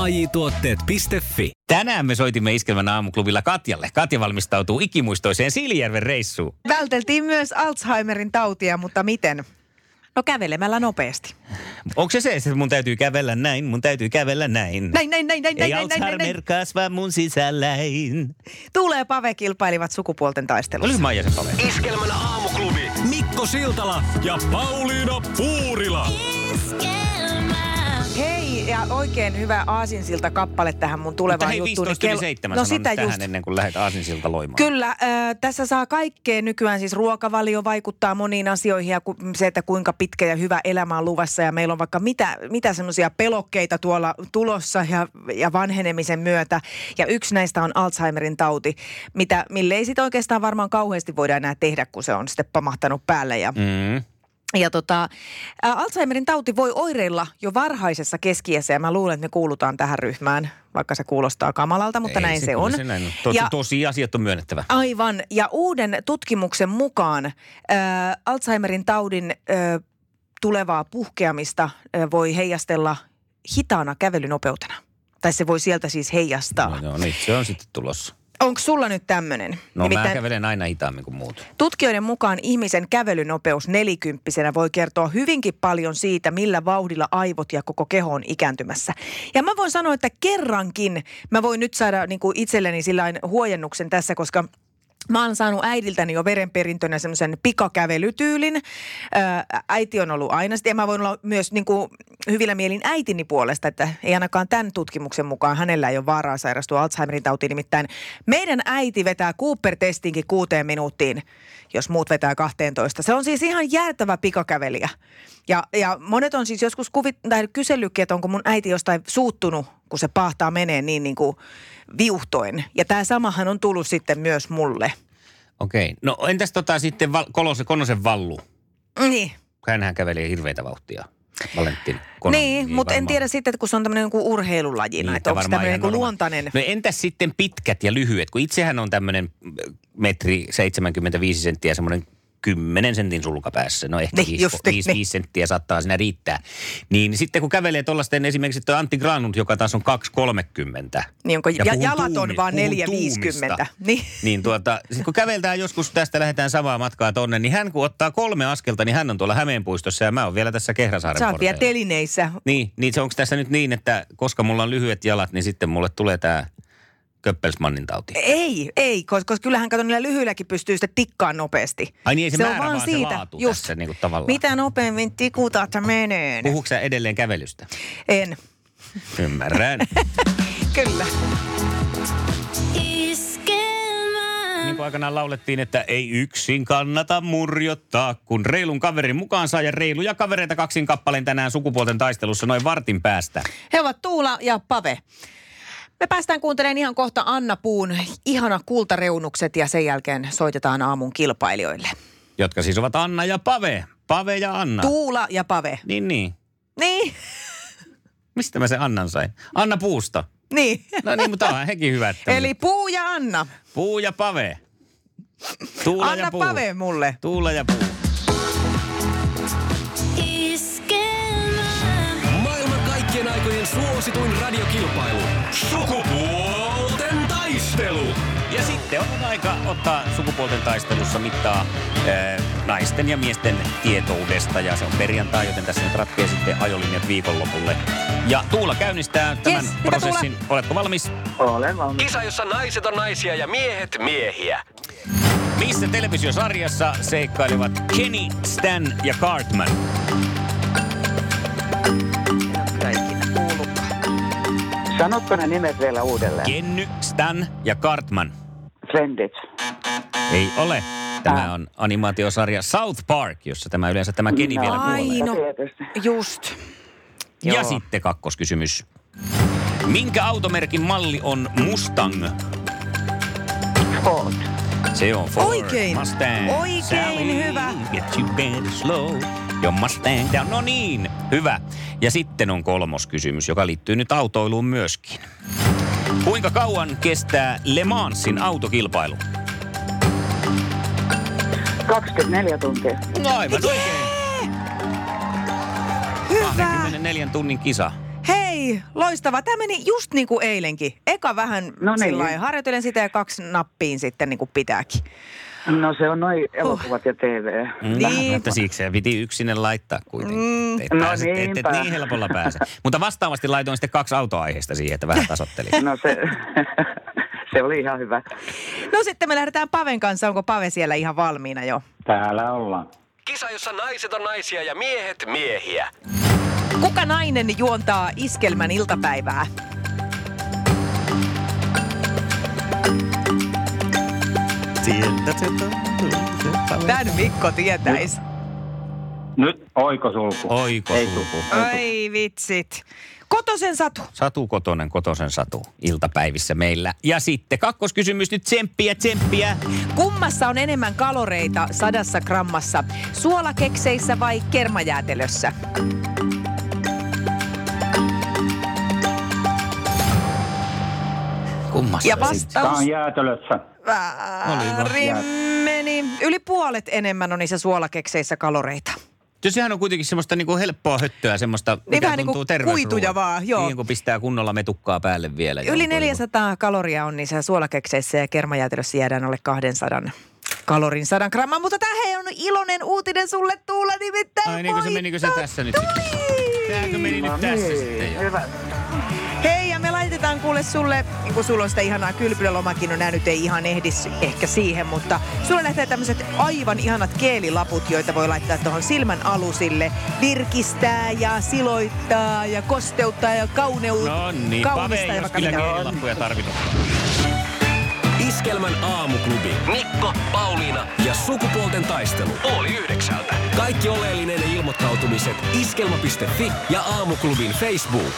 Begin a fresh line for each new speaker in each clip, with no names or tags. AJ-tuotteet.fi.
Tänään me soitimme Iskelmän aamuklubilla Katjalle. Katja valmistautuu ikimuistoiseen Siilijärven reissuun.
Välteltiin myös Alzheimerin tautia, mutta miten? No kävelemällä nopeasti.
Onko se se, että mun täytyy kävellä näin, mun täytyy kävellä näin?
Näin, näin, näin,
Ei
näin, näin, näin, näin,
Alzheimer
näin.
kasva mun sisälläin.
Tuule ja Pave kilpailivat sukupuolten taistelussa.
Olis Maija sen pale.
Iskelmän aamuklubi. Mikko Siltala ja Pauliina Puurila.
Hei ja oikein hyvä aasinsilta kappale tähän mun
Mutta
tulevaan
hei,
juttuun.
15 yli 7
niin no sitä
tähän
just.
ennen kuin lähdet Aasinsilta loimaan.
Kyllä, äh, tässä saa kaikkea nykyään. Siis ruokavalio vaikuttaa moniin asioihin ja ku, se, että kuinka pitkä ja hyvä elämä on luvassa. Ja meillä on vaikka mitä, mitä semmoisia pelokkeita tuolla tulossa ja, ja vanhenemisen myötä. Ja yksi näistä on Alzheimerin tauti, mitä, mille ei sitten oikeastaan varmaan kauheasti voida enää tehdä, kun se on sitten pamahtanut päälle. Ja,
Mm.
ja tota, ää, Alzheimerin tauti voi oireilla jo varhaisessa keskiässä ja mä luulen, että me kuulutaan tähän ryhmään, vaikka se kuulostaa kamalalta, mutta
Ei
näin se,
kyllä
on.
Se näin on. Tosi,
Ja-
tosi asiat on myönnettävä.
Aivan, ja uuden tutkimuksen mukaan ää, Alzheimerin taudin ää, tulevaa puhkeamista ää, voi heijastella hitaana kävelynopeutena. Tai se voi sieltä siis heijastaa.
No, joo, niin, se on sitten tulossa.
Onko sulla nyt tämmöinen?
No mä kävelen aina hitaammin kuin muut.
Tutkijoiden mukaan ihmisen kävelynopeus nelikymppisenä voi kertoa hyvinkin paljon siitä, millä vauhdilla aivot ja koko keho on ikääntymässä. Ja mä voin sanoa, että kerrankin mä voin nyt saada niin kuin itselleni sillain huojennuksen tässä, koska Mä oon saanut äidiltäni jo verenperintönä semmoisen pikakävelytyylin. Ää, äiti on ollut aina sitä ja mä voin olla myös niin kuin hyvillä mielin äitini puolesta, että ei ainakaan tämän tutkimuksen mukaan hänellä ei ole vaaraa sairastua Alzheimerin tautiin. Nimittäin meidän äiti vetää Cooper-testinkin kuuteen minuuttiin, jos muut vetää 12. Se on siis ihan jäätävä pikakävelijä. Ja, ja monet on siis joskus kuvit, tai kysellytkin, että onko mun äiti jostain suuttunut, kun se pahtaa menee niin, niin kuin viuhtoin. Ja tämä samahan on tullut sitten myös mulle.
Okei. No entäs tota sitten val- Kolose, Konosen vallu?
Niin.
Hänhän käveli hirveitä vauhtia. Valentin Konon.
Niin, mutta en
varmaan.
tiedä sitten, että kun se on tämmöinen niinku urheilulaji, niin,
Niin,
että onko
varmaan
tämmöinen
ihan
niinku
normaali.
luontainen.
No entäs sitten pitkät ja lyhyet, kun itsehän on tämmöinen metri 75 senttiä semmoinen 10 sentin sulka päässä. No ehkä
Niin,
5
just niin, niin.
senttiä saattaa siinä riittää. Niin sitten kun kävelee tuollaisten esimerkiksi tuo Antti Granund, joka taas on 2,30.
Niin onko, ja,
Ja puhun
jalat on
tuumi-
vaan
puhun
4,50.
tuumista.
Niin.
Niin tuota, sit kun käveltään joskus tästä lähdetään samaa matkaa tonne, niin hän kun ottaa kolme askelta, niin hän on tuolla Hämeenpuistossa ja mä oon vielä tässä Kehrasaaren
Sä oot vielä
porteilla.
telineissä.
Niin, niin se onko tässä nyt niin, että koska mulla on lyhyet jalat, niin sitten mulle tulee tämä Köppelsmannin tauti.
Ei, ei, koska, koska kyllähän kato niillä lyhyilläkin pystyy sitten tikkaan nopeasti.
Ai niin, ei se,
se on
määrä
vaan
vaan,
siitä,
se laatu
just.
tässä niin kuin tavallaan.
Mitä nopeammin tikutat menee?
Puhuuko sä edelleen kävelystä?
En.
Ymmärrän.
Kyllä.
niin kuin aikanaan laulettiin, että ei yksin kannata murjottaa, kun reilun kaverin mukaan saa ja reiluja kavereita kaksin kappaleen tänään sukupuolten taistelussa noin vartin päästä.
He ovat Tuula ja Pave. Me päästään kuuntelemaan ihan kohta Anna Puun ihana kultareunukset ja sen jälkeen soitetaan aamun kilpailijoille.
Jotka siis ovat Anna ja Pave. Pave ja Anna.
Tuula ja Pave.
niin, niin.
Niin,
Mistä mä sen Annan sain? Anna Puusta.
niin.
No niin, mutta onhan hekin hyvät. tämmöset.
Eli Puu ja Anna.
Puu ja Pave. Tuula ja
Anna
Puu.
Pave mulle.
Tuula ja Puu.
Maailman kaikkien aikojen suosituin radiokilpailu. Sukupuolten taistelu.
Ja sitten on aika ottaa sukupuolten taistelussa mittaa ää, naisten ja miesten tietoudesta. Ja se on perjantai, joten tässä nyt ratkee sitten ajolinjat viikonlopulle. Ja Tuula käynnistää tämän
hyvä
prosessin. Oletko valmis?
Olen valmis.
Kisa, jossa naiset on naisia ja miehet miehiä.
Missä televisiosarjassa seikkailevat Kenny, Stan ja Cartman?
Sanotko ne nimet vielä uudelleen?
Kenny, Stan ja Cartman.
Friendit.
Ei ole. Tämä on animaatiosarja South Park, jossa tämä yleensä tämä Kenny vielä
Ai,
kuolee.
no.
Tietysti.
Just.
Ja
Joo.
sitten kakkoskysymys. Minkä automerkin malli on Mustang?
Ford.
Se on Ford
Oikein.
Mustang.
Oikein hyvä.
Get you better slow. Your Mustang down. No niin, hyvä. Ja sitten on kolmos kysymys, joka liittyy nyt autoiluun myöskin. Kuinka kauan kestää Le Mansin autokilpailu?
24 tuntia.
No aivan oikein.
Hyvä.
24 tunnin kisa.
Hei, loistava. Tämä meni just niin kuin eilenkin. Eka vähän
No
no
niin.
niin. sillä lailla harjoitelen sitä ja kaksi nappiin sitten niin kuin pitääkin.
No se on noin elokuvat ja TV.
Mm,
Niin.
Mutta siksi piti yksinen laittaa
Mm.
kuitenkin. Et, et,
No
pääse, et, et
niinpä.
niin helpolla pääse. Mutta vastaavasti laitoin sitten kaksi autoaiheesta siihen, että vähän tasottelin.
No se, se oli ihan hyvä.
No sitten me lähdetään Paven kanssa. Onko Pave siellä ihan valmiina jo?
Täällä ollaan.
Kisa, jossa naiset on naisia ja miehet miehiä.
Kuka nainen juontaa iskelmän iltapäivää?
Sieltä se tuntuu.
Tän Mikko tietäis.
Nyt oikosulku.
Oiko
Ei
sulku.
tuu.
Ai vitsit. Kotosen Satu.
Satu Kotonen, Kotosen Satu, iltapäivissä meillä. Ja sitten kakkoskysymys nyt tsemppiä, tsemppiä.
Kummassa on enemmän kaloreita sadassa grammassa? Suolakekseissä vai kermajäätelössä?
Kummassa
Ja
Tää
vastaus
on jäätelössä.
No niin,
väärin meni. Yli puolet enemmän on niissä suolakekseissä kaloreita.
Jos sehän on kuitenkin semmoista niinku helppoa höttöä, semmoista, niin mikä
vähän
tuntuu
niinku
terveysruoalta.
kuituja vaan, joo.
Niin kun pistää kunnolla metukkaa päälle vielä.
Yli
Joku-
400 kaloria on niissä suolakekseissä ja kermajäätelössä jäädään alle 200 kalorin 100 grammaa. Mutta tähän on iloinen uutinen sulle Tuula nimittäin.
Ai niin kuin se menikö se
voitto
tässä nyt sitten?
tuli!
Tääkö meni
No
nyt tässä
niin.
sitten jo?
Hyvä.
Hei, ja me laitetaan kuule sulle, niin kun sulla on sitä ihanaa kylpylälomakin, no nää nyt ei ihan ehdi s- ehkä siihen, mutta sulle lähtee tämmöiset aivan ihanat keelilaput, joita voi laittaa tuohon silmän alusille. Virkistää ja siloittaa ja kosteuttaa ja kauneutta.
No niin, Pave ei olisi kyllä kierilappuja tarvinnut.
Iskelmän aamuklubi. Mikko, Pauliina ja sukupuolten taistelu. Oli yhdeksältä. Kaikki oleellinen ilmoittautumiset iskelma.fi ja aamuklubin Facebook.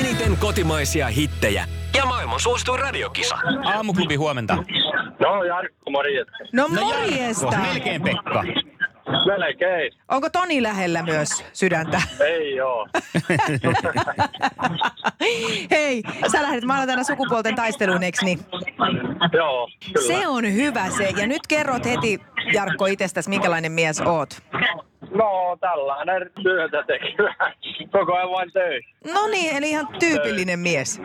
Eniten kotimaisia hittejä ja maailman suosituin radiokisa.
Aamuklubi huomenta.
No Jarkko, morjens.
No morjesta.
Melkein Pekka.
Melkein.
Onko Toni lähellä myös sydäntä?
Ei oo.
Hei, sä lähdet maanantaina sukupuolten taisteluun, eiks niin?
Joo, kyllä.
Se on hyvä se. Ja nyt kerrot heti, Jarkko, itsestäsi, minkälainen mies oot.
No tällainen työtä tekevä. Koko ajan vain töissä.
No niin, eli ihan tyypillinen mies.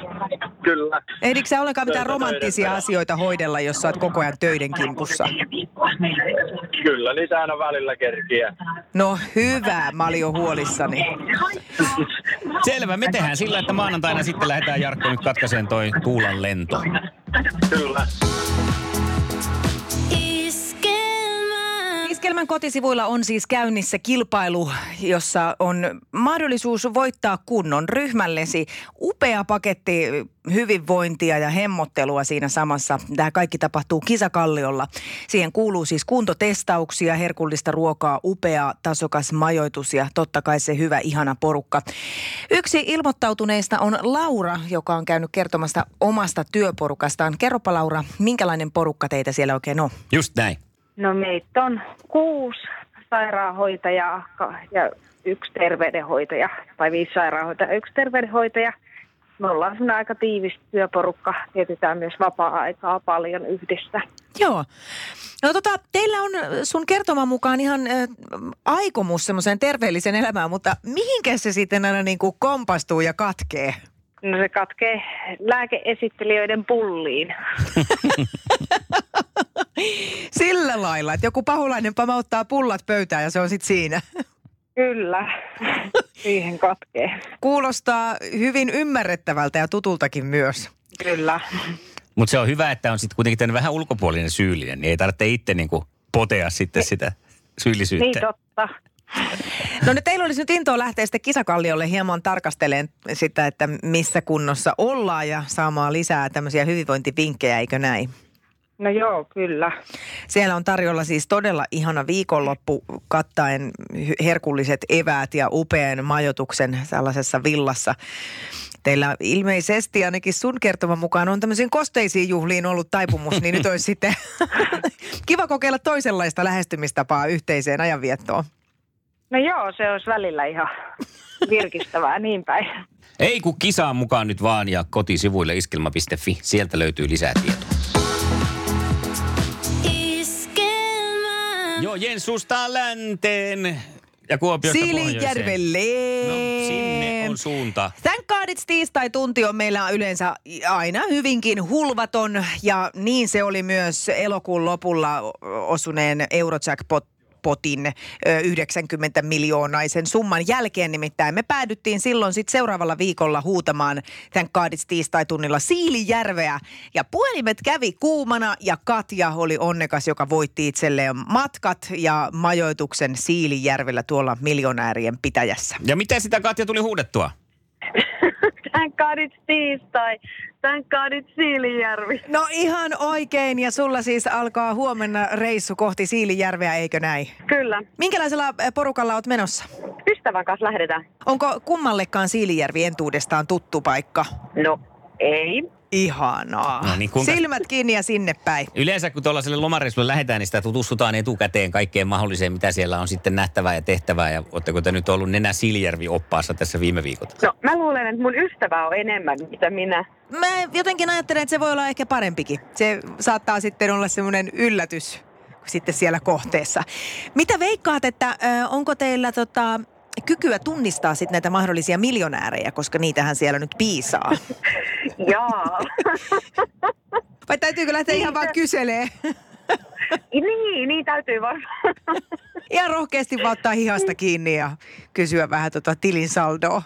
Kyllä.
Ehdikö sä ollenkaan mitään
Töitä,
romanttisia
töitä.
asioita hoidella, jos sä oot koko ajan töiden kimpussa?
Kyllä, niitä aina välillä kerkiä.
No hyvä, mä olin jo huolissani.
Selvä, me tehdään sillä, että maanantaina sitten lähdetään Jarkko nyt katkaiseen toi Tuulan lento.
Kyllä.
Iskelmän kotisivuilla on siis käynnissä kilpailu, jossa on mahdollisuus voittaa kunnon ryhmällesi. Upea paketti hyvinvointia ja hemmottelua siinä samassa. Tämä kaikki tapahtuu kisakalliolla. Siihen kuuluu siis kuntotestauksia, herkullista ruokaa, upea tasokas majoitus ja totta kai se hyvä ihana porukka. Yksi ilmoittautuneista on Laura, joka on käynyt kertomasta omasta työporukastaan. Kerropa Laura, minkälainen porukka teitä siellä oikein on?
Just näin.
No meitä on kuusi sairaanhoitajaa ka- ja yksi terveydenhoitaja, tai viisi sairaanhoitajaa, yksi terveydenhoitaja. Me ollaan semmoinen aika tiivis työporukka, vietetään myös vapaa-aikaa paljon yhdessä.
Joo. No tota, teillä on ö, sun kertoman mukaan ihan äh, aikomus semmoiseen terveelliseen elämään, mutta mihinkä se sitten aina niin kuin kompastuu ja katkee?
No se katkee lääkeesittelijöiden pulliin.
Sillä lailla, että joku paholainen pamauttaa pullat pöytään ja se on sitten siinä.
Kyllä, siihen katkee.
Kuulostaa hyvin ymmärrettävältä ja tutultakin myös.
Kyllä.
Mutta se on hyvä, että on sitten kuitenkin tämän vähän ulkopuolinen syyllinen, niin ei tarvitse itse niinku potea sitten sitä syyllisyyttä.
Niin totta.
No nyt teillä olisi nyt intoa lähteä sitten kisakalliolle hieman tarkasteleen sitä, että missä kunnossa ollaan ja saamaan lisää tämmöisiä hyvinvointivinkkejä, eikö näin?
No joo, kyllä.
Siellä on tarjolla siis todella ihana viikonloppu kattaen hy- herkulliset eväät ja upean majoituksen tällaisessa villassa. Teillä ilmeisesti ainakin sun kertoman mukaan on tämmöisiin kosteisiin juhliin ollut taipumus, niin nyt olisi sitten kiva kokeilla toisenlaista lähestymistapaa yhteiseen ajanviettoon.
No joo, se olisi välillä ihan virkistävää niin päin.
Ei kun kisaan mukaan nyt vaan ja kotisivuille iskelma.fi. Sieltä löytyy lisää tietoa.
Iskelmä.
Joo, Jensusta länteen ja Kuopiosta pohjoiseen.
Siilinjärvelle.
No, sinne on suunta.
Thank God it's tiistai-tunti on meillä yleensä aina hyvinkin hulvaton ja niin se oli myös elokuun lopulla osuneen Eurojackpot potin 90 miljoonaisen summan jälkeen. Nimittäin me päädyttiin silloin sitten seuraavalla viikolla huutamaan tämän kaadits tiistai-tunnilla Siilijärveä. Ja puhelimet kävi kuumana ja Katja oli onnekas, joka voitti itselleen matkat ja majoituksen Siilijärvellä tuolla miljonäärien pitäjässä.
Ja miten sitä Katja tuli huudettua?
Thank God it's tiistai. Thank God it's Siilijärvi.
No ihan oikein ja sulla siis alkaa huomenna reissu kohti Siilijärveä, eikö näin?
Kyllä.
Minkälaisella eh, porukalla oot menossa?
Ystävän kanssa lähdetään.
Onko kummallekaan Siilijärvi entuudestaan tuttu paikka?
No, ei.
Ihanaa.
No niin, kuinka-
Silmät kiinni ja sinne päin.
Yleensä kun tuollaiselle lomareissulle lähdetään, niin sitä tutustutaan etukäteen kaikkeen mahdolliseen, mitä siellä on sitten nähtävää ja tehtävää. Ja ootteko te nyt ollut nenä Siljärvi oppaassa tässä viime viikolla?
No, mä luulen, että mun ystävä on enemmän, mitä minä.
Mä jotenkin ajattelen, että se voi olla ehkä parempikin. Se saattaa sitten olla semmoinen yllätys sitten siellä kohteessa. Mitä veikkaat, että ö, onko teillä tota, kykyä tunnistaa sitten näitä mahdollisia miljonäärejä, koska niitähän siellä nyt piisaa?
Jaa.
Vai täytyykö lähteä ihan vaan kyselee?
niin, niin täytyy varmaan.
Ihan rohkeasti vaan ottaa hihasta kiinni ja kysyä vähän tota tilin saldoa.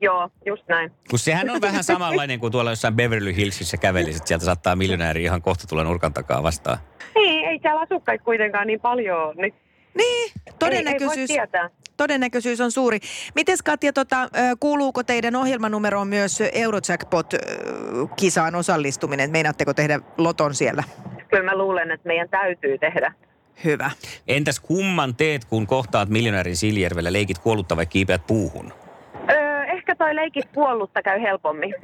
Joo, just näin.
Kun sehän on vähän samanlainen kuin tuolla jossain Beverly Hillsissä kävelisit. Sieltä saattaa miljonääri ihan kohta tulla nurkan takaa vastaan.
Niin, ei täällä asukkaita kuitenkaan niin paljon. Niin
Niin,
Ei, ei voi
todennäköisyys,
tietää.
todennäköisyys on suuri. Mites Katja, tota, ö, kuuluuko teidän ohjelmanumeroon myös Eurojackpot-kisaan osallistuminen? Meinaatteko tehdä loton siellä?
Kyllä mä luulen, että meidän täytyy tehdä.
Hyvä.
Entäs kumman teet, kun kohtaat miljonäärin Siljärvellä, leikit kuollutta vai kiipeät puuhun?
Öö, ehkä toi leikit kuollutta käy helpommin.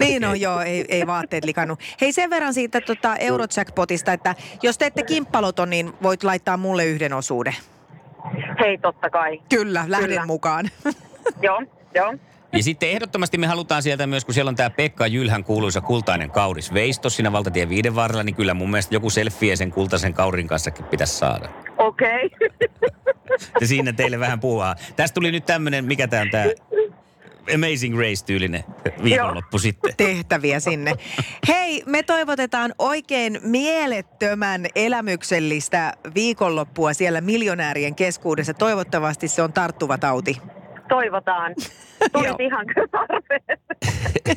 Niin on, joo, ei, ei vaatteet likannu. Hei sen verran siitä tota Eurojackpotista, että jos teette kimppaloton, niin voit laittaa mulle yhden osuuden.
Hei, totta kai.
Kyllä, lähden
Kyllä.
mukaan.
Joo, joo.
Ja sitten ehdottomasti me halutaan sieltä myös, kun siellä on tämä Pekka Jylhän kuuluisa kultainen kauris veisto siinä valtatien viiden varrella, niin kyllä mun mielestä joku selfie sen kultaisen kaurin kanssakin pitäisi saada.
Okei.
Ja siinä teille vähän puuhaa. Tästä tuli nyt tämmöinen, mikä tämä on tämä Amazing Race-tyylinen viikonloppu sitten.
tehtäviä sinne. Hei, me toivotetaan oikein mielettömän elämyksellistä viikonloppua siellä miljonäärien keskuudessa. Toivottavasti se on tarttuva tauti.
Toivotaan.
Joo.
Tulit ihan kyllä tarpeeseen.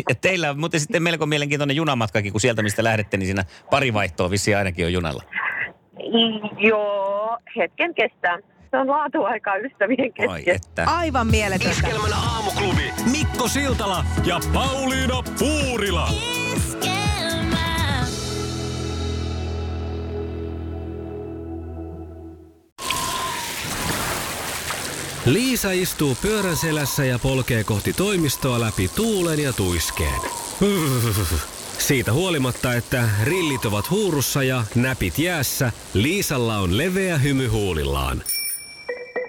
Ja teillä on muuten sitten melko mielenkiintoinen junamatkakin, kun sieltä mistä lähdette, niin siinä pari vaihtoa vissiin ainakin on junalla.
Joo, hetken kestää. Se on laatuaikaa ystävien kesken.
Oi että.
Aivan mieletöntä.
Aamuklubi. Mikko Siltala ja Pauliina Puurila.
Iskelmä.
Liisa istuu pyörän selässä ja polkee kohti toimistoa läpi tuulen ja tuiskeen. Siitä huolimatta, että rillit ovat huurussa ja näpit jäässä, Liisalla on leveä hymy huulillaan.